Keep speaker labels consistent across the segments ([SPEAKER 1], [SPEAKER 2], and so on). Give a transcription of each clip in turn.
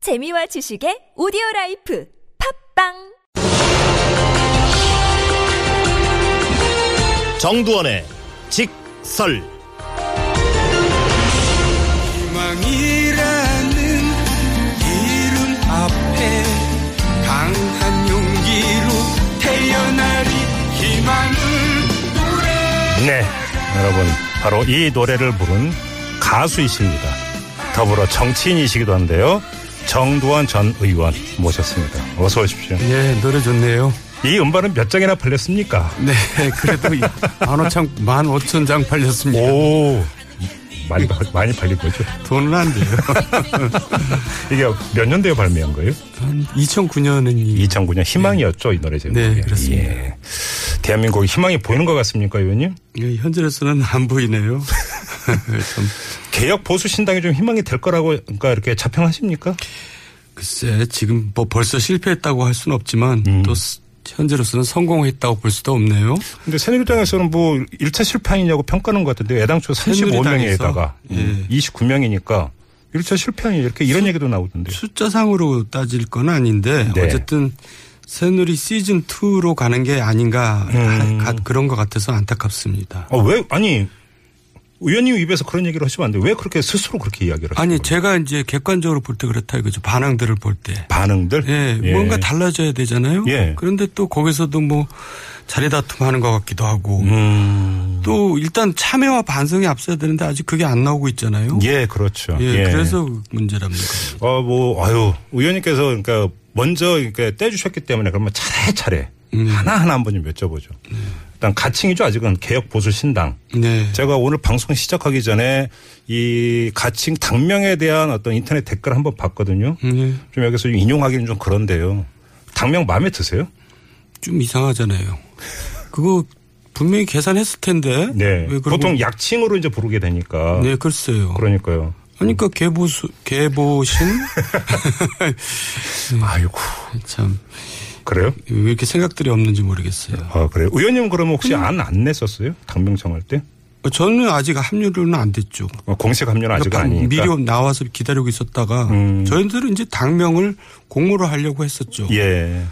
[SPEAKER 1] 재미와 지식의 오디오 라이프 팝빵
[SPEAKER 2] 정두원의 직설
[SPEAKER 3] 희망이라는 이름 앞에 강한 용기로 태어나리 희망을 노래
[SPEAKER 4] 네, 여러분 바로 이 노래를 부른 가수이십니다. 더불어 정치인이시기도 한데요. 정두원 전 의원 모셨습니다. 어서 오십시오.
[SPEAKER 3] 예 노래 좋네요
[SPEAKER 4] 이 음반은 몇 장이나 팔렸습니까?
[SPEAKER 3] 네 그래도 만 오천 만 오천 장 팔렸습니다
[SPEAKER 4] 오, 많이 팔- 많이 팔린 거죠.
[SPEAKER 3] 돈은 안 돼요
[SPEAKER 4] 이게 몇 년도에 발매한 거예요?
[SPEAKER 3] 한 2009년은
[SPEAKER 4] 2009년 희망이었죠 이 노래 제목이.
[SPEAKER 3] 네, 그렇습니다.
[SPEAKER 4] 예. 대한민국의 희망이 보이는 것 같습니까, 의원님?
[SPEAKER 3] 이 예, 현재로서는 안 보이네요 참
[SPEAKER 4] 개혁 보수 신당이 좀 희망이 될 거라고 그러니까 이렇게 자평하십니까?
[SPEAKER 3] 글쎄 지금 뭐 벌써 실패했다고 할 수는 없지만 또 스- 현재로서는 성공했다고 볼 수도 없네요
[SPEAKER 4] 근데 새누리당에서는 뭐 1차 실패아니냐고 평가하는 것 같은데 애당초 35명에다가 음,
[SPEAKER 3] 새누리당에서? 예.
[SPEAKER 4] 29명이니까 1차 실패아니 이렇게 이런 얘기도 나오던데요.
[SPEAKER 3] 숫자상으로 따질 건 아닌데
[SPEAKER 4] 네.
[SPEAKER 3] 어쨌든 새누리 시즌 2로 가는 게 아닌가
[SPEAKER 4] 음.
[SPEAKER 3] 하- 가- 그런 것 같아서 안타깝습니다.
[SPEAKER 4] 아, 왜 아니 의원님 입에서 그런 얘기를 하시면 안 돼요. 왜 그렇게 스스로 그렇게 이야기를 하세요?
[SPEAKER 3] 아니 제가 이제 객관적으로 볼 때 그렇다 이거죠 반항들을 볼 때.
[SPEAKER 4] 반응들
[SPEAKER 3] 예, 뭔가 달라져야 되잖아요.
[SPEAKER 4] 예.
[SPEAKER 3] 그런데 또 거기서도 뭐 자리 다툼하는 것 같기도 하고
[SPEAKER 4] 음.
[SPEAKER 3] 또 일단 참여와 반성이 앞서야 되는데 아직 그게 안 나오고 있잖아요.
[SPEAKER 4] 예, 그렇죠.
[SPEAKER 3] 예,
[SPEAKER 4] 예.
[SPEAKER 3] 그래서 문제랍니다.
[SPEAKER 4] 어, 뭐, 아유, 의원님께서 그러니까 먼저 그러니까 떼주셨기 때문에 그러면 차례차례
[SPEAKER 3] 음.
[SPEAKER 4] 하나하나 한번 좀 여쭤보죠. 일단 가칭이죠. 아직은 개혁보수신당.
[SPEAKER 3] 네.
[SPEAKER 4] 제가 오늘 방송 시작하기 전에 이 가칭 당명에 대한 어떤 인터넷 댓글 한번 봤거든요.
[SPEAKER 3] 예,
[SPEAKER 4] 좀 여기서 좀 인용하기는 좀 그런데요. 당명 마음에 드세요?
[SPEAKER 3] 좀 이상하잖아요. 그거 분명히 계산했을 텐데.
[SPEAKER 4] 네.
[SPEAKER 3] 왜 그러고-
[SPEAKER 4] 보통 약칭으로 이제 부르게 되니까.
[SPEAKER 3] 네, 글쎄요.
[SPEAKER 4] 그러니까요.
[SPEAKER 3] 그러니까 개보수 개보신 네.
[SPEAKER 4] 아이고.
[SPEAKER 3] 참
[SPEAKER 4] 그래요?
[SPEAKER 3] 왜 이렇게 생각들이 없는지 모르겠어요.
[SPEAKER 4] 아, 그래요? 의원님 그러면 혹시 안 안 냈었어요? 당명 정할 때?
[SPEAKER 3] 어, 저는 아직 합류는 안 됐죠.
[SPEAKER 4] 어, 공식 합류는 아직
[SPEAKER 3] 그러니까 방-
[SPEAKER 4] 아니니까.
[SPEAKER 3] 미리 나와서 기다리고 있었다가
[SPEAKER 4] 음.
[SPEAKER 3] 저희들은 이제 당명을 공모를 하려고 했었죠.
[SPEAKER 4] 예.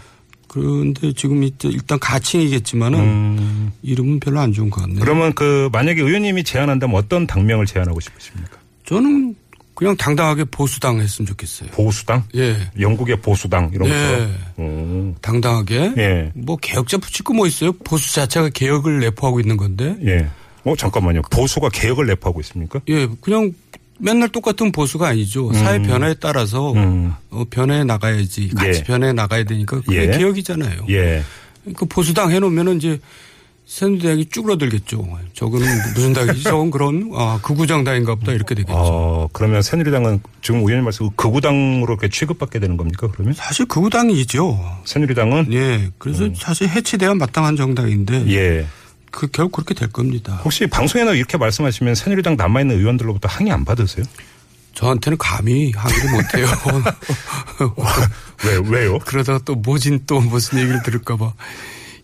[SPEAKER 3] 그런데 지금 이때 일단 가칭이겠지만은
[SPEAKER 4] 음.
[SPEAKER 3] 이름은 별로 안 좋은 것 같네요.
[SPEAKER 4] 그러면 그 만약에 의원님이 제안한다면 어떤 당명을 제안하고 싶으십니까?
[SPEAKER 3] 저는 그냥 당당하게 보수당 했으면 좋겠어요.
[SPEAKER 4] 보수당?
[SPEAKER 3] 예.
[SPEAKER 4] 영국의 보수당 이런
[SPEAKER 3] 예.
[SPEAKER 4] 거. 음.
[SPEAKER 3] 당당하게
[SPEAKER 4] 예.
[SPEAKER 3] 뭐 개혁자 붙일 거 뭐 있어요? 보수 자체가 개혁을 내포하고 있는 건데
[SPEAKER 4] 예. 어 잠깐만요. 보수가 개혁을 내포하고 있습니까?
[SPEAKER 3] 예, 그냥 맨날 똑같은 보수가 아니죠. 사회 변화에 따라서
[SPEAKER 4] 음.
[SPEAKER 3] 어, 변해 나가야지 같이
[SPEAKER 4] 예.
[SPEAKER 3] 변해 나가야 되니까 그게
[SPEAKER 4] 예.
[SPEAKER 3] 개혁이잖아요.
[SPEAKER 4] 예.
[SPEAKER 3] 그 보수당 해놓으면은 이제 새누리당이 쭈그러들겠죠. 저건 무슨 당이지? 저건 그런 아 극우정당인가 보다 이렇게 되겠죠.
[SPEAKER 4] 어 그러면 새누리당은 지금 의원님 말씀 극우당으로 이렇게 취급받게 되는 겁니까? 그러면
[SPEAKER 3] 사실 극우당이죠.
[SPEAKER 4] 새누리당은
[SPEAKER 3] 예, 그래서 사실 해체돼야 마땅한 정당인데
[SPEAKER 4] 음. 예.
[SPEAKER 3] 그 결국 그렇게 될 겁니다.
[SPEAKER 4] 혹시 방송에나 이렇게 말씀하시면 새누리당 남아 있는 의원들로부터 항의 안 받으세요?
[SPEAKER 3] 저한테는 감히 항의를 못해요.
[SPEAKER 4] 왜 왜요?
[SPEAKER 3] 그러다가 또 모진 또 무슨 얘기를 들을까봐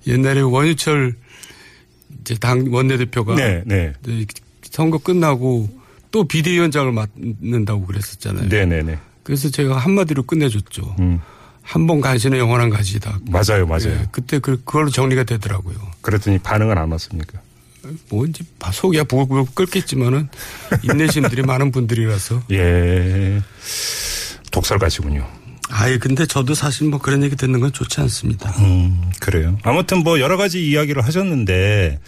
[SPEAKER 3] 옛날에 원유철 이제 당 원내대표가
[SPEAKER 4] 네, 네.
[SPEAKER 3] 이제 선거 끝나고 또 비대위원장을 맡는다고 그랬었잖아요.
[SPEAKER 4] 네, 네, 네.
[SPEAKER 3] 그래서 제가 한마디로 끝내줬죠.
[SPEAKER 4] 음.
[SPEAKER 3] 한 번 가시는 영원한 가시다.
[SPEAKER 4] 맞아요, 맞아요.
[SPEAKER 3] 예, 그때 그, 그걸로 정리가 되더라고요.
[SPEAKER 4] 그랬더니 반응은 안 왔습니까?
[SPEAKER 3] 뭔지 아, 속이야 부글부글 끓겠지만은 인내심들이 많은 분들이라서.
[SPEAKER 4] 예. 독설가시군요.
[SPEAKER 3] 아예 근데 저도 사실 뭐 그런 얘기 듣는 건 좋지 않습니다.
[SPEAKER 4] 음, 그래요. 아무튼 뭐 여러 가지 이야기를 하셨는데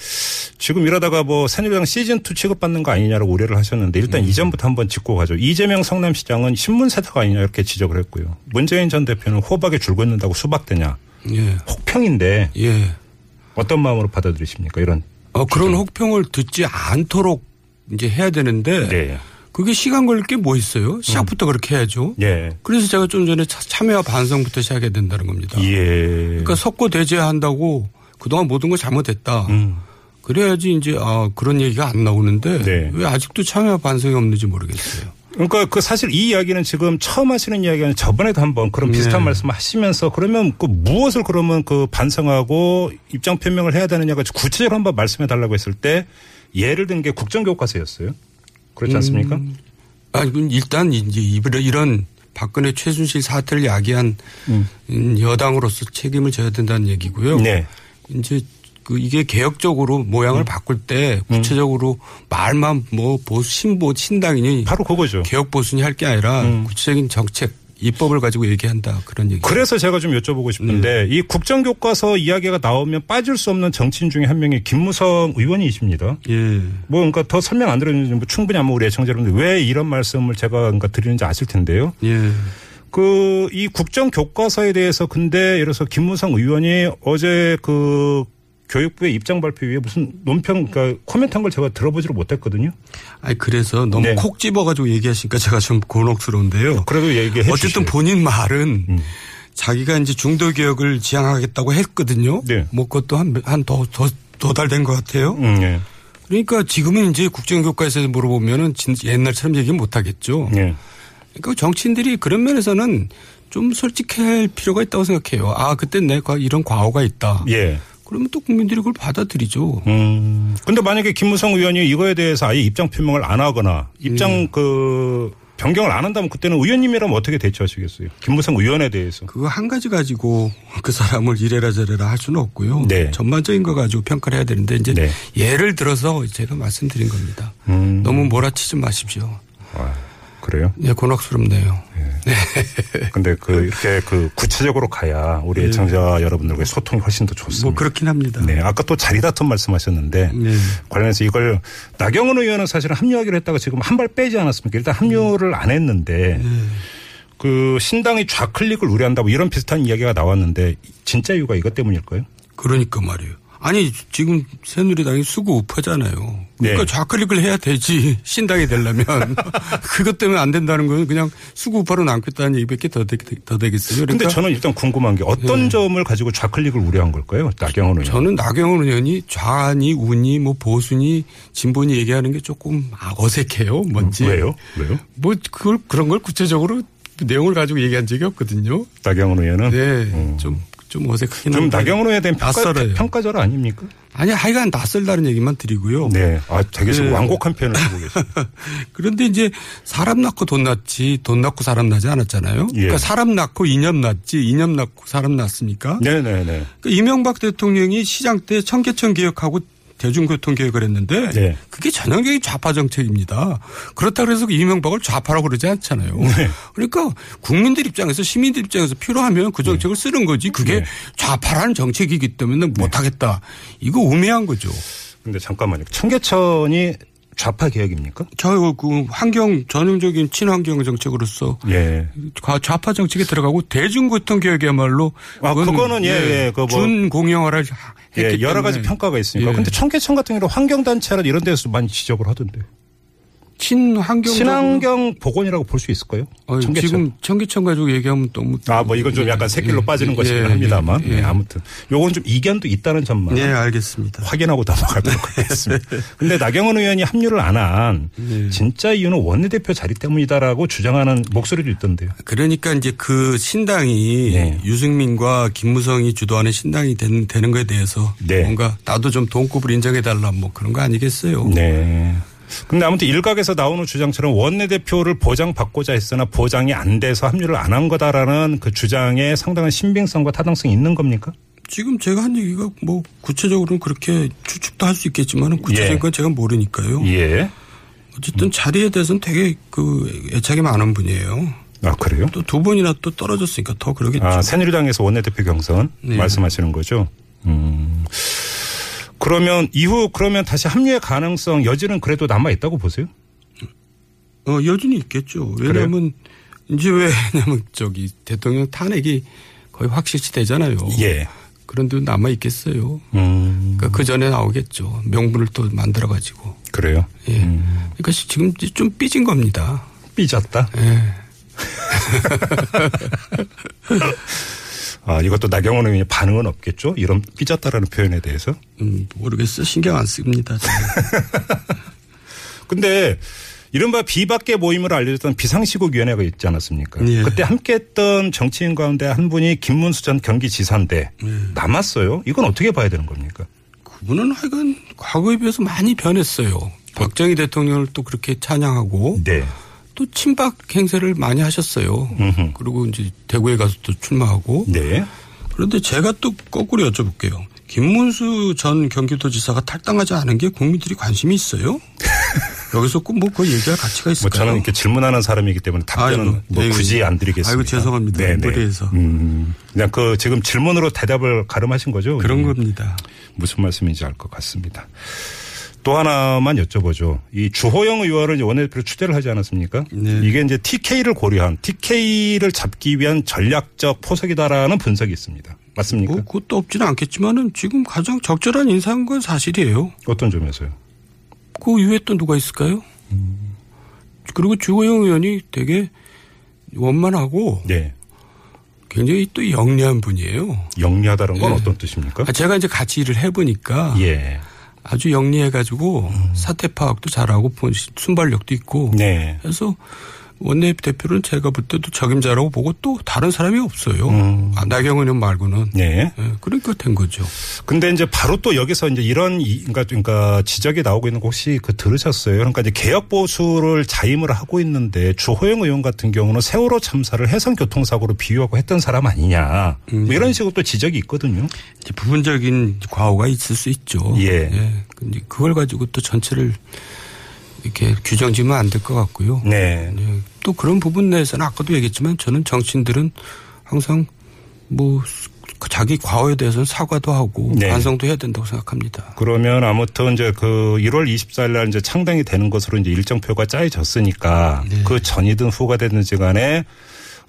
[SPEAKER 4] 지금 이러다가 뭐 새누리당 시즌2 취급받는 거 아니냐라고 우려를 하셨는데 일단 이전부터 한번 짚고 가죠. 이재명 성남시장은 신문 세탁 아니냐 이렇게 지적을 했고요. 문재인 전 대표는 호박에 줄 긋는다고 수박되냐.
[SPEAKER 3] 예.
[SPEAKER 4] 혹평인데
[SPEAKER 3] 예.
[SPEAKER 4] 어떤 마음으로 받아들이십니까? 이런.
[SPEAKER 3] 어,
[SPEAKER 4] 그렇죠.
[SPEAKER 3] 그런 혹평을 듣지 않도록 이제 해야 되는데
[SPEAKER 4] 네. 음.
[SPEAKER 3] 그게 시간 걸릴 게 뭐 있어요? 시작부터 그렇게 해야죠.
[SPEAKER 4] 예.
[SPEAKER 3] 그래서 제가 좀 전에 차- 참여와 반성부터 시작해야 된다는 겁니다.
[SPEAKER 4] 예.
[SPEAKER 3] 그러니까 석고 대제한다고 그동안 모든 걸 잘못했다. 그래야지 이제 아 그런 얘기가 안 나오는데
[SPEAKER 4] 음. 네.
[SPEAKER 3] 왜 아직도 참여와 반성이 없는지 모르겠어요.
[SPEAKER 4] 그러니까 그 사실 이 이야기는 지금 처음 하시는 이야기 아니 저번에도 한번 그런 비슷한
[SPEAKER 3] 네.
[SPEAKER 4] 말씀을 하시면서 그러면 그 무엇을 그러면 그 반성하고 입장 표명을 해야 되느냐가 구체적으로 한번 말씀해 달라고 했을 때 예를 든
[SPEAKER 3] 음.
[SPEAKER 4] 게 국정교과서였어요. 그렇지 않습니까?
[SPEAKER 3] 아 이건 일단 이제 이런- 이런 박근혜 최순실 사태를 야기한 음, 여당으로서 책임을 져야 된다는 얘기고요.
[SPEAKER 4] 네.
[SPEAKER 3] 이제 그 이게 개혁적으로
[SPEAKER 4] 음.
[SPEAKER 3] 모양을 바꿀 때 구체적으로 말만 뭐 보수 신보 신당이니
[SPEAKER 4] 바로 그거죠.
[SPEAKER 3] 개혁 보수니 할 게 아니라 구체적인 정책 입법을 가지고 얘기한다 그런 얘기.
[SPEAKER 4] 음. 그래서 제가 좀 여쭤보고 싶은데
[SPEAKER 3] 네.
[SPEAKER 4] 이 국정교과서 이야기가 나오면 빠질 수 없는 정치인 중에 한 명이 김무성 의원이십니다.
[SPEAKER 3] 예.
[SPEAKER 4] 뭐 그러니까 더 설명 안 드렸는지 뭐 충분히 아마 우리 애청자 여러분들 왜 이런 말씀을 제가 그러니까 드리는지 아실 텐데요.
[SPEAKER 3] 예.
[SPEAKER 4] 그 이 국정 교과서에 대해서 근데 예를 들어서 김무성 의원이 어제 그 교육부의 입장 발표 위에 무슨 논평 그러니까 코멘트한 걸 제가 들어보지를 못했거든요.
[SPEAKER 3] 아니 그래서 너무
[SPEAKER 4] 네.
[SPEAKER 3] 콕 집어가지고 얘기하시니까 제가 좀 곤혹스러운데요.
[SPEAKER 4] 그래도 얘기해
[SPEAKER 3] 어쨌든
[SPEAKER 4] 주시죠. 음.
[SPEAKER 3] 본인 말은 자기가 이제 중도 개혁을 지향하겠다고 했거든요.
[SPEAKER 4] 네.
[SPEAKER 3] 뭐 그것도 한한더더달된 것 같아요.
[SPEAKER 4] 음, 예.
[SPEAKER 3] 그러니까 지금은 이제 국정교과에서 물어보면은 진- 옛날처럼 얘기 못 하겠죠.
[SPEAKER 4] 예.
[SPEAKER 3] 그러니까 정치인들이 그런 면에서는 좀 솔직할 필요가 있다고 생각해요. 아 그때 내가 이런 과오가 있다.
[SPEAKER 4] 예.
[SPEAKER 3] 그러면 또 국민들이 그걸 받아들이죠.
[SPEAKER 4] 음. 근데 만약에 김무성 의원이 이거에 대해서 아예 입장 표명을 안 하거나 입장 그 변경을 안 한다면 그때는 의원님이라면 어떻게 대처하시겠어요? 김무성 의원에 대해서.
[SPEAKER 3] 그거 한 가지 가지고 그 사람을 이래라 저래라 할 수는 없고요.
[SPEAKER 4] 네.
[SPEAKER 3] 전반적인 거 가지고 평가를 해야 되는데 이제
[SPEAKER 4] 네.
[SPEAKER 3] 예를 들어서 제가 말씀드린 겁니다.
[SPEAKER 4] 음.
[SPEAKER 3] 너무 몰아치지 마십시오.
[SPEAKER 4] 아, 그래요?
[SPEAKER 3] 예, 곤혹스럽네요.
[SPEAKER 4] 근데 그 이렇게 그 구체적으로 가야 우리 애청자 여러분들과의 소통이 훨씬 더 좋습니다.
[SPEAKER 3] 뭐 그렇긴 합니다.
[SPEAKER 4] 네, 아까 또 자리다툼 말씀하셨는데
[SPEAKER 3] 네.
[SPEAKER 4] 관련해서 이걸 나경원 의원은 사실은 합류하기로 했다가 지금 한 발 빼지 않았습니까? 일단 합류를 안 했는데
[SPEAKER 3] 네.
[SPEAKER 4] 그 신당이 좌클릭을 우려한다 뭐 이런 비슷한 이야기가 나왔는데 진짜 이유가 이것 때문일까요?
[SPEAKER 3] 그러니까 말이에요. 아니 지금 새누리당이 수구 우파잖아요. 그러니까
[SPEAKER 4] 네.
[SPEAKER 3] 좌클릭을 해야 되지 신당이 되려면 그것 때문에 안 된다는 건 그냥 수구 우파로 남겠다는 얘기밖에 더, 되, 더 되겠어요.
[SPEAKER 4] 근데
[SPEAKER 3] 그러니까 네.
[SPEAKER 4] 저는 일단 궁금한 게 어떤 점을 가지고 좌클릭을 우려한 걸까요? 나경원 의원.
[SPEAKER 3] 저는 나경원 의원이 좌니 우니 뭐 보수니 진보니 얘기하는 게 조금 아, 어색해요. 뭔지
[SPEAKER 4] 왜요? 왜요?
[SPEAKER 3] 뭐 그걸 그런 걸 구체적으로 내용을 가지고 얘기한 적이 없거든요.
[SPEAKER 4] 나경원 의원은
[SPEAKER 3] 네, 좀 좀 어색하긴
[SPEAKER 4] 좀
[SPEAKER 3] 한데.
[SPEAKER 4] 음. 나경원 의원에 대한 평가,
[SPEAKER 3] 낯설어요.
[SPEAKER 4] 평가절 아닙니까?
[SPEAKER 3] 아니 하여간 낯설다는 얘기만 드리고요.
[SPEAKER 4] 네. 아, 되게 지금
[SPEAKER 3] 네.
[SPEAKER 4] 완곡한 표현을 쓰고 계세요.
[SPEAKER 3] 그런데 이제 사람 낳고 돈 낳지 돈 낳고 사람 낳지 않았잖아요.
[SPEAKER 4] 예.
[SPEAKER 3] 그러니까 사람 낳고 이념 낳지 이념 낳고 사람 낳습니까?
[SPEAKER 4] 네네네.
[SPEAKER 3] 그러니까 이명박 대통령이 시장 때 청계천 개혁하고 대중교통 개혁을 했는데
[SPEAKER 4] 네.
[SPEAKER 3] 그게 전형적인 좌파 정책입니다. 그렇다고 해서 이명박을 좌파라고 그러지 않잖아요. 그러니까 국민들 입장에서 시민들 입장에서 필요하면 그 정책을 쓰는 거지 그게
[SPEAKER 4] 네.
[SPEAKER 3] 좌파라는 정책이기 때문에 못하겠다. 이거 우매한 거죠.
[SPEAKER 4] 근데 잠깐만요. 청계천이 좌파 개혁입니까?
[SPEAKER 3] 저그 환경 전형적인 친환경 정책으로서
[SPEAKER 4] 예.
[SPEAKER 3] 좌- 좌파 정책에 들어가고 대중교통 개혁이야말로
[SPEAKER 4] 아, 그거는 예, 예, 그거 뭐-
[SPEAKER 3] 준공영화를 했기
[SPEAKER 4] 예, 여러 가지
[SPEAKER 3] 때문에
[SPEAKER 4] 평가가 있으니까.
[SPEAKER 3] 예.
[SPEAKER 4] 근데 청계천 같은 경우는 환경단체라 이런 데서 많이 지적을 하던데.
[SPEAKER 3] 친환경
[SPEAKER 4] 친환경 복원이라고 볼 수 있을까요?
[SPEAKER 3] 어,
[SPEAKER 4] 청계천.
[SPEAKER 3] 지금 예, 청계천 가지고 얘기하면 너무
[SPEAKER 4] 아, 뭐 이건 좀 약간 새길로 빠지는 것이긴 합니다만. 예, 아무튼. 요건 좀 이견도 있다는 점만.
[SPEAKER 3] 네, 알겠습니다.
[SPEAKER 4] 확인하고 넘어가도록 하겠습니다. 근데 나경원 의원이 합류를 안 한
[SPEAKER 3] 예.
[SPEAKER 4] 진짜 이유는 원내대표 자리 때문이다라고 주장하는 목소리도 있던데요.
[SPEAKER 3] 그러니까 이제 그 신당이
[SPEAKER 4] 네.
[SPEAKER 3] 유승민과 김무성이 주도하는 신당이 된, 되는 거에 대해서
[SPEAKER 4] 네.
[SPEAKER 3] 뭔가 나도 좀 동급을 인정해 달라 뭐 그런 거 아니겠어요?
[SPEAKER 4] 네. 근데 아무튼 일각에서 나오는 주장처럼 원내대표를 보장받고자 했으나 보장이 안 돼서 합류를 안 한 거다라는 그 주장에 상당한 신빙성과 타당성이 있는 겁니까?
[SPEAKER 3] 지금 제가 한 얘기가 뭐 구체적으로는 그렇게 추측도 할 수 있겠지만 구체적인
[SPEAKER 4] 예.
[SPEAKER 3] 건 제가 모르니까요.
[SPEAKER 4] 예.
[SPEAKER 3] 어쨌든 자리에 대해서는 되게 그 애착이 많은 분이에요.
[SPEAKER 4] 아, 그래요?
[SPEAKER 3] 또 두 번이나 또 떨어졌으니까 더 그러겠죠.
[SPEAKER 4] 아, 새누리당에서 원내대표 경선
[SPEAKER 3] 네.
[SPEAKER 4] 말씀하시는 거죠? 음. 그러면 이후 그러면 다시 합류의 가능성 여지는 그래도 남아 있다고 보세요?
[SPEAKER 3] 어, 여전히 있겠죠. 왜냐하면 이제 왜냐면 저기 대통령 탄핵이 거의 확실시 되잖아요.
[SPEAKER 4] 예.
[SPEAKER 3] 그런데 남아 있겠어요.
[SPEAKER 4] 음.
[SPEAKER 3] 그러니까 그 전에 나오겠죠. 명분을 또 만들어 가지고.
[SPEAKER 4] 그래요?
[SPEAKER 3] 예.
[SPEAKER 4] 음.
[SPEAKER 3] 그러니까 시- 지금 이제 좀 삐진 겁니다. 예.
[SPEAKER 4] 삐졌다. 아, 이것도 나경원 의원의 반응은 없겠죠? 이런 삐졌다라는 표현에 대해서.
[SPEAKER 3] 음, 모르겠어. 신경 안 씁니다. 저는.
[SPEAKER 4] 근데 이른바 비박계 모임을 알려줬던 비상시국위원회가 있지 않았습니까?
[SPEAKER 3] 예.
[SPEAKER 4] 그때 함께했던 정치인 가운데 한 분이 김문수 전 경기지사인데
[SPEAKER 3] 예.
[SPEAKER 4] 남았어요. 이건 어떻게 봐야 되는 겁니까?
[SPEAKER 3] 그분은 하여간 과거에 비해서 많이 변했어요. 박정희 대통령을 또 그렇게 찬양하고
[SPEAKER 4] 네.
[SPEAKER 3] 또 친박 행세를 많이 하셨어요.
[SPEAKER 4] 음흠.
[SPEAKER 3] 그리고 이제 대구에 가서 또 출마하고.
[SPEAKER 4] 네.
[SPEAKER 3] 그런데 제가 또 거꾸로 여쭤볼게요. 김문수 전 경기도지사가 탈당하지 않은 게 국민들이 관심이 있어요? 여기서 꼭뭐그 얘기할 가치가
[SPEAKER 4] 뭐
[SPEAKER 3] 있을까요?
[SPEAKER 4] 저는 이렇게 질문하는 사람이기 때문에 답변은
[SPEAKER 3] 아이고,
[SPEAKER 4] 뭐
[SPEAKER 3] 네.
[SPEAKER 4] 굳이 안 드리겠습니다. 네,
[SPEAKER 3] 아이고, 죄송합니다. 무리해서.
[SPEAKER 4] 음, 그냥 그 지금 질문으로 대답을 가름하신 거죠?
[SPEAKER 3] 그런
[SPEAKER 4] 음,
[SPEAKER 3] 겁니다.
[SPEAKER 4] 무슨 말씀인지 알 것 같습니다. 또 하나만 여쭤보죠. 이 주호영 의원을 이제 원내대표로 추대를 하지 않았습니까?
[SPEAKER 3] 네.
[SPEAKER 4] 이게 이제 TK를 고려한 TK를 잡기 위한 전략적 포석이다라는 분석이 있습니다. 맞습니까?
[SPEAKER 3] 뭐 그것도 없지는 않겠지만은 지금 가장 적절한 인사인 건 사실이에요.
[SPEAKER 4] 어떤 점에서요?
[SPEAKER 3] 그 이후에 또 누가 있을까요?
[SPEAKER 4] 음.
[SPEAKER 3] 그리고 주호영 의원이 되게 원만하고
[SPEAKER 4] 네.
[SPEAKER 3] 굉장히 또 영리한 분이에요.
[SPEAKER 4] 영리하다는 건
[SPEAKER 3] 예.
[SPEAKER 4] 어떤 뜻입니까?
[SPEAKER 3] 아, 제가 이제 같이 일을 해보니까
[SPEAKER 4] 예.
[SPEAKER 3] 아주 영리해가지고 사태 파악도 잘하고 본- 순발력도 있고
[SPEAKER 4] 네.
[SPEAKER 3] 그래서 원내대표는 제가 볼 때도 적임자라고 보고 또 다른 사람이 없어요. 아, 나경원 의원 말고는.
[SPEAKER 4] 음. 네.
[SPEAKER 3] 예, 그러니까 된 거죠.
[SPEAKER 4] 근데 이제 바로 또 여기서 이제 이런 이- 그러니까 그러니까 지적이 나오고 있는 거 혹시 그 들으셨어요? 그러니까 이제 개혁 보수를 자임을 하고 있는데 주호영 의원 같은 경우는 세월호 참사를 해상 교통사고로 비유하고 했던 사람 아니냐 뭐 이런 식으로 또 지적이 있거든요.
[SPEAKER 3] 이제 부분적인 과오가 있을 수 있죠.
[SPEAKER 4] 예.
[SPEAKER 3] 근데 그걸 가지고 또 전체를 이렇게 규정 지면 안 될 것 같고요.
[SPEAKER 4] 네.
[SPEAKER 3] 예, 또 그런 부분 내에서는 아까도 얘기했지만 저는 정치인들은 항상 뭐 자기 과오에 대해서는 사과도 하고
[SPEAKER 4] 네.
[SPEAKER 3] 반성도 해야 된다고 생각합니다.
[SPEAKER 4] 그러면 아무튼 이제 그 1월 24일 날 이제 창당이 되는 것으로 이제 일정표가 짜여졌으니까 그 전이든 후가 되든지 간에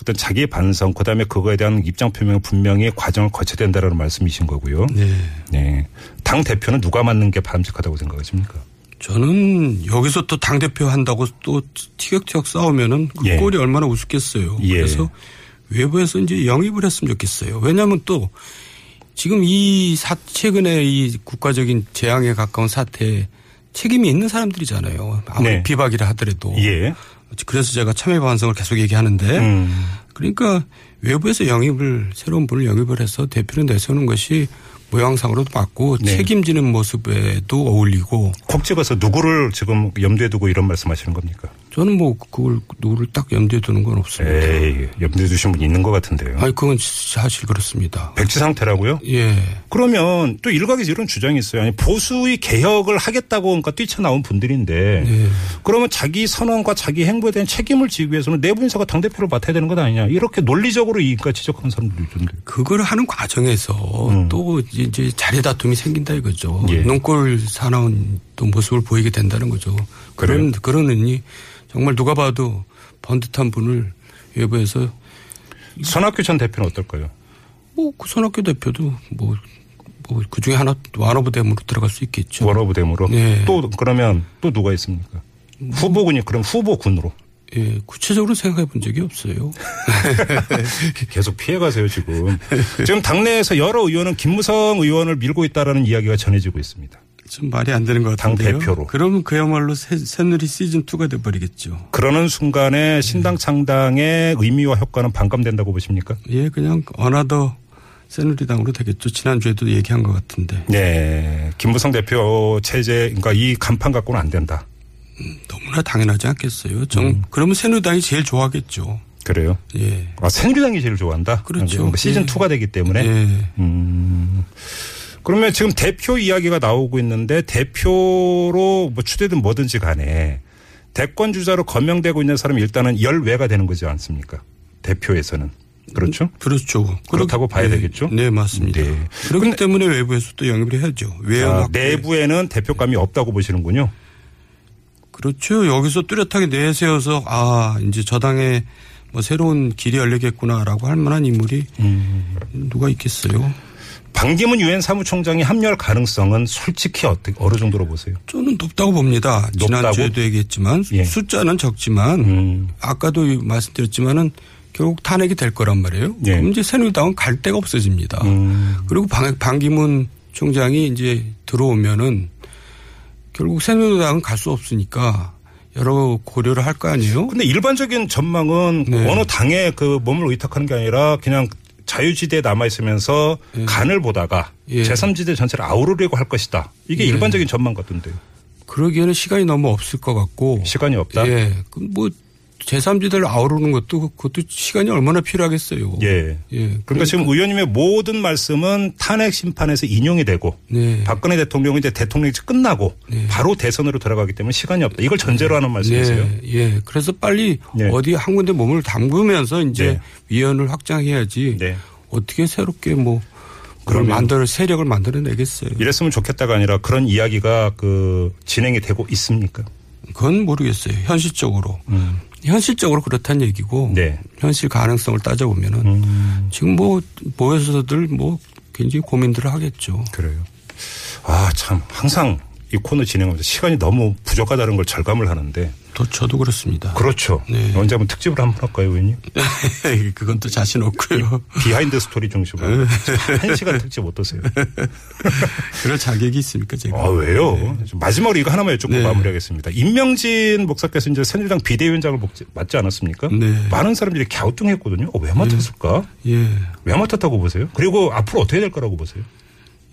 [SPEAKER 4] 어떤 자기 반성 그다음에 그거에 대한 입장 표명 분명히 과정을 거쳐야 된다라는 말씀이신 거고요.
[SPEAKER 3] 네.
[SPEAKER 4] 네. 당 대표는 누가 맡는 게 바람직하다고 생각하십니까?
[SPEAKER 3] 저는 여기서 또 당대표 한다고 또 티격태격 싸우면은 그
[SPEAKER 4] 예.
[SPEAKER 3] 꼴이 얼마나 우습겠어요.
[SPEAKER 4] 예.
[SPEAKER 3] 그래서 외부에서 이제 영입을 했으면 좋겠어요. 왜냐하면 또 지금 이 사, 최근에 이 국가적인 재앙에 가까운 사태에 책임이 있는 사람들이잖아요. 아무리
[SPEAKER 4] 네.
[SPEAKER 3] 비박이라 하더라도.
[SPEAKER 4] 예.
[SPEAKER 3] 그래서 제가 참여 반성을 계속 얘기하는데
[SPEAKER 4] 음.
[SPEAKER 3] 그러니까 외부에서 영입을 새로운 분을 영입을 해서 대표를 내세우는 것이 모양상으로도 맞고
[SPEAKER 4] 네.
[SPEAKER 3] 책임지는 모습에도 어울리고
[SPEAKER 4] 콕 찍어서 누구를 지금 염두에 두고 이런 말씀하시는 겁니까?
[SPEAKER 3] 저는 뭐 그걸 누구를 딱 염두에 두는 건 없습니다.
[SPEAKER 4] 에이, 음. 염두에 두신 분 있는 것 같은데요.
[SPEAKER 3] 아니 그건 사실 그렇습니다.
[SPEAKER 4] 백지 상태라고요?
[SPEAKER 3] 예.
[SPEAKER 4] 그러면 또 일각에서 이런 주장이 있어요. 아니 보수의 개혁을 하겠다고 그러니까 뛰쳐나온 분들인데 그러면 자기 선언과 자기 행보에 대한 책임을 지기 위해서는 내부 인사가 당 대표를 맡아야 되는 것 아니냐 이렇게 논리적으로 이까 지적하는 사람들도 있던데.
[SPEAKER 3] 그걸 하는 과정에서 또 이제 자리 다툼이 생긴다 이거죠.
[SPEAKER 4] 음. 예.
[SPEAKER 3] 눈꼴 사나운 또 모습을 보이게 된다는 거죠. 그런 그런 의미 정말 누가 봐도 번듯한 분을 외부에서
[SPEAKER 4] 손학규 전 대표는 어떨까요?
[SPEAKER 3] 뭐그 손학규 대표도 뭐 뭐 그 중에 하나 완화부대문으로 들어갈 수 있겠죠.
[SPEAKER 4] 뭐. 워너브댐으로
[SPEAKER 3] 네.
[SPEAKER 4] 또 그러면 또 누가 있습니까? 후보군이 그럼 후보군으로
[SPEAKER 3] 예, 구체적으로 생각해 본 적이 없어요.
[SPEAKER 4] 계속 피해가세요 지금 지금 당내에서 여러 의원은 김무성 의원을 밀고 있다라는 이야기가 전해지고 있습니다.
[SPEAKER 3] 좀 말이 안 되는 것 같은데요.
[SPEAKER 4] 당대표로.
[SPEAKER 3] 그러면 그야말로 새, 새누리 시즌 2가 돼 버리겠죠.
[SPEAKER 4] 그러는 순간에 신당 창당의 의미와 효과는 반감된다고 보십니까?
[SPEAKER 3] 예, 그냥 어나더 새누리당으로 되겠죠. 지난주에도 얘기한 것 같은데
[SPEAKER 4] 네, 김무성 대표 체제, 그러니까 이 간판 갖고는 안 된다.
[SPEAKER 3] 너무나 당연하지 않겠어요. 정
[SPEAKER 4] 음.
[SPEAKER 3] 그러면 새누리당이 제일 좋아하겠죠.
[SPEAKER 4] 그래요?
[SPEAKER 3] 예.
[SPEAKER 4] 아, 새누리당이 제일 좋아한다.
[SPEAKER 3] 그렇죠.
[SPEAKER 4] 그러니까 시즌
[SPEAKER 3] 예.
[SPEAKER 4] 2가 되기 때문에.
[SPEAKER 3] 예.
[SPEAKER 4] 음. 그러면 지금 대표 이야기가 나오고 있는데 대표로 뭐 추대든 뭐든지 간에 대권 주자로 거명되고 있는 사람이 일단은 열외가 되는 거지 않습니까? 대표에서는. 그렇죠?
[SPEAKER 3] 그렇죠.
[SPEAKER 4] 그렇다고 봐야
[SPEAKER 3] 예.
[SPEAKER 4] 되겠죠?
[SPEAKER 3] 네, 맞습니다.
[SPEAKER 4] 네.
[SPEAKER 3] 그렇기 때문에 외부에서도 영입을 해야죠. 외연
[SPEAKER 4] 아, 내부에는 대표감이 없다고 보시는군요.
[SPEAKER 3] 그렇죠. 여기서 뚜렷하게 내세워서 아 이제 저당에 뭐 새로운 길이 열리겠구나라고 할 만한 인물이
[SPEAKER 4] 음.
[SPEAKER 3] 누가 있겠어요?
[SPEAKER 4] 반기문 유엔 사무총장이 합류할 가능성은 솔직히 어떻게 어느 정도로 보세요?
[SPEAKER 3] 저는 높다고 봅니다.
[SPEAKER 4] 높다고?
[SPEAKER 3] 지난주에도 얘기했지만 수-
[SPEAKER 4] 예. 음.
[SPEAKER 3] 숫자는 적지만 아까도 말씀드렸지만은 결국 탄핵이 될 거란 말이에요.
[SPEAKER 4] 예. 음.
[SPEAKER 3] 그럼 이제 새누리당은 갈 데가 없어집니다. 그리고 방, 방기문 총장이 이제 들어오면은 결국 새누리당은 갈 수 없으니까 여러 고려를 할 거 아니에요?
[SPEAKER 4] 근데 일반적인 전망은
[SPEAKER 3] 네.
[SPEAKER 4] 어느 당에 그 몸을 의탁하는 게 아니라 그냥 자유지대에 남아 있으면서 간을 보다가
[SPEAKER 3] 예.
[SPEAKER 4] 제3지대 전체를 아우르려고 할 것이다. 이게 일반적인 전망 같던데요.
[SPEAKER 3] 그러기에는 시간이 너무 없을 것 같고
[SPEAKER 4] 예. 시간이 없다.
[SPEAKER 3] 예. 그뭐 제3지대를 아우르는 것도 그것도 시간이 얼마나 필요하겠어요.
[SPEAKER 4] 예.
[SPEAKER 3] 예.
[SPEAKER 4] 그러니까 지금 의원님의 모든 말씀은 탄핵 심판에서 인용이 되고
[SPEAKER 3] 네.
[SPEAKER 4] 박근혜 대통령이 이제 대통령이 끝나고 바로 대선으로 들어가기 때문에 시간이 없다. 이걸 전제로 하는 말씀이세요?
[SPEAKER 3] 네, 예. 그래서 빨리
[SPEAKER 4] 네.
[SPEAKER 3] 어디 한 군데 몸을 담그면서 이제
[SPEAKER 4] 네.
[SPEAKER 3] 위원을 확장해야지
[SPEAKER 4] 네.
[SPEAKER 3] 어떻게 새롭게 뭐 그걸 만들 세력을 만들어내겠어요.
[SPEAKER 4] 이랬으면 좋겠다가 아니라 그런 이야기가 그 진행이 되고 있습니까?
[SPEAKER 3] 그건 모르겠어요. 현실적으로 현실적으로 그렇다는 얘기고
[SPEAKER 4] 음. 네. 음.
[SPEAKER 3] 현실 가능성을 따져보면은 지금 뭐 모여서들 뭐 굉장히 고민들을 하겠죠.
[SPEAKER 4] 그래요. 아, 참. 항상 이 코너 진행하면서 시간이 너무 부족하다는 걸 절감을 하는데.
[SPEAKER 3] 또 저도 그렇습니다.
[SPEAKER 4] 그렇죠. 언제 한번 특집을 한번 할까요, 의원님?
[SPEAKER 3] 그건 또 자신 없고요.
[SPEAKER 4] 비하인드 스토리 중심으로. 한 시간 특집 어떠세요?
[SPEAKER 3] 그럴 자격이 있습니까 제가?
[SPEAKER 4] 아, 왜요? 마지막으로 이거 하나만 여쭙고
[SPEAKER 3] 네.
[SPEAKER 4] 마무리하겠습니다. 임명진 목사께서 이제 새누리당 비대위원장을 목지- 맡지 않았습니까?
[SPEAKER 3] 네.
[SPEAKER 4] 많은 사람들이 갸우뚱했거든요. 어, 왜 맡았을까?
[SPEAKER 3] 예.
[SPEAKER 4] 왜 맡았다고 보세요? 그리고 앞으로 어떻게 될 거라고 보세요?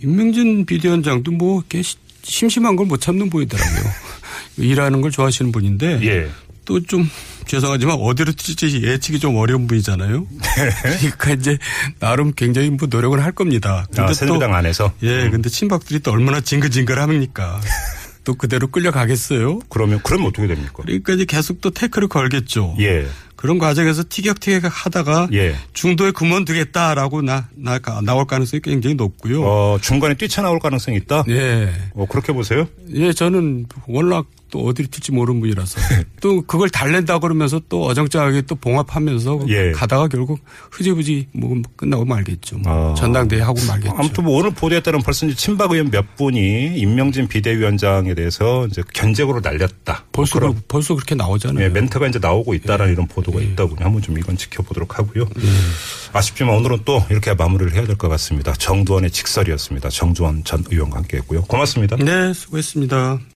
[SPEAKER 3] 임명진 비대위원장도 뭐 이렇게 시- 심심한 걸 못 참는 분이더라고요. 일하는 걸 좋아하시는 분인데
[SPEAKER 4] 예.
[SPEAKER 3] 또 좀 죄송하지만 어디로 튈지 예측이 좀 어려운 분이잖아요.
[SPEAKER 4] 네.
[SPEAKER 3] 그러니까 이제 나름 굉장히 뭐 노력을 할 겁니다.
[SPEAKER 4] 아, 새누리당 안에서?
[SPEAKER 3] 예, 근데 친박들이 또 얼마나 징글징글합니까? 또 그대로 끌려가겠어요?
[SPEAKER 4] 그러면, 그러면 어떻게 됩니까?
[SPEAKER 3] 그러니까 이제 계속 또 태클을 걸겠죠.
[SPEAKER 4] 예.
[SPEAKER 3] 그런 과정에서 티격태격 하다가
[SPEAKER 4] 예.
[SPEAKER 3] 중도에 그만두겠다라고 나, 나, 나올 가능성이 굉장히 높고요.
[SPEAKER 4] 어, 중간에 뛰쳐나올 가능성이 있다?
[SPEAKER 3] 예.
[SPEAKER 4] 어, 그렇게 보세요?
[SPEAKER 3] 예, 저는 워낙 또 어디로 튈지 모르는 분이라서 또 그걸 달랜다 그러면서 또 어정쩡하게 또 봉합하면서
[SPEAKER 4] 예.
[SPEAKER 3] 가다가 결국 흐지부지 뭐 끝나고 말겠죠. 뭐
[SPEAKER 4] 아.
[SPEAKER 3] 전당대회 하고 말겠죠.
[SPEAKER 4] 아무튼 뭐 오늘 보도에 따르면 벌써 이제 친박 의원 몇 분이 임명진 비대위원장에 대해서 이제 견제고로 날렸다.
[SPEAKER 3] 벌써
[SPEAKER 4] 그런
[SPEAKER 3] 그- 벌써 그렇게 나오잖아요.
[SPEAKER 4] 예, 멘트가 이제 나오고 있다라는 이런 보도가 있다군요. 한번 좀 이건 지켜보도록 하고요. 아쉽지만 오늘은 또 이렇게 마무리를 해야 될 것 같습니다. 정두원의 직설이었습니다. 정두원 전 의원과 함께했고요. 고맙습니다.
[SPEAKER 3] 네, 수고했습니다.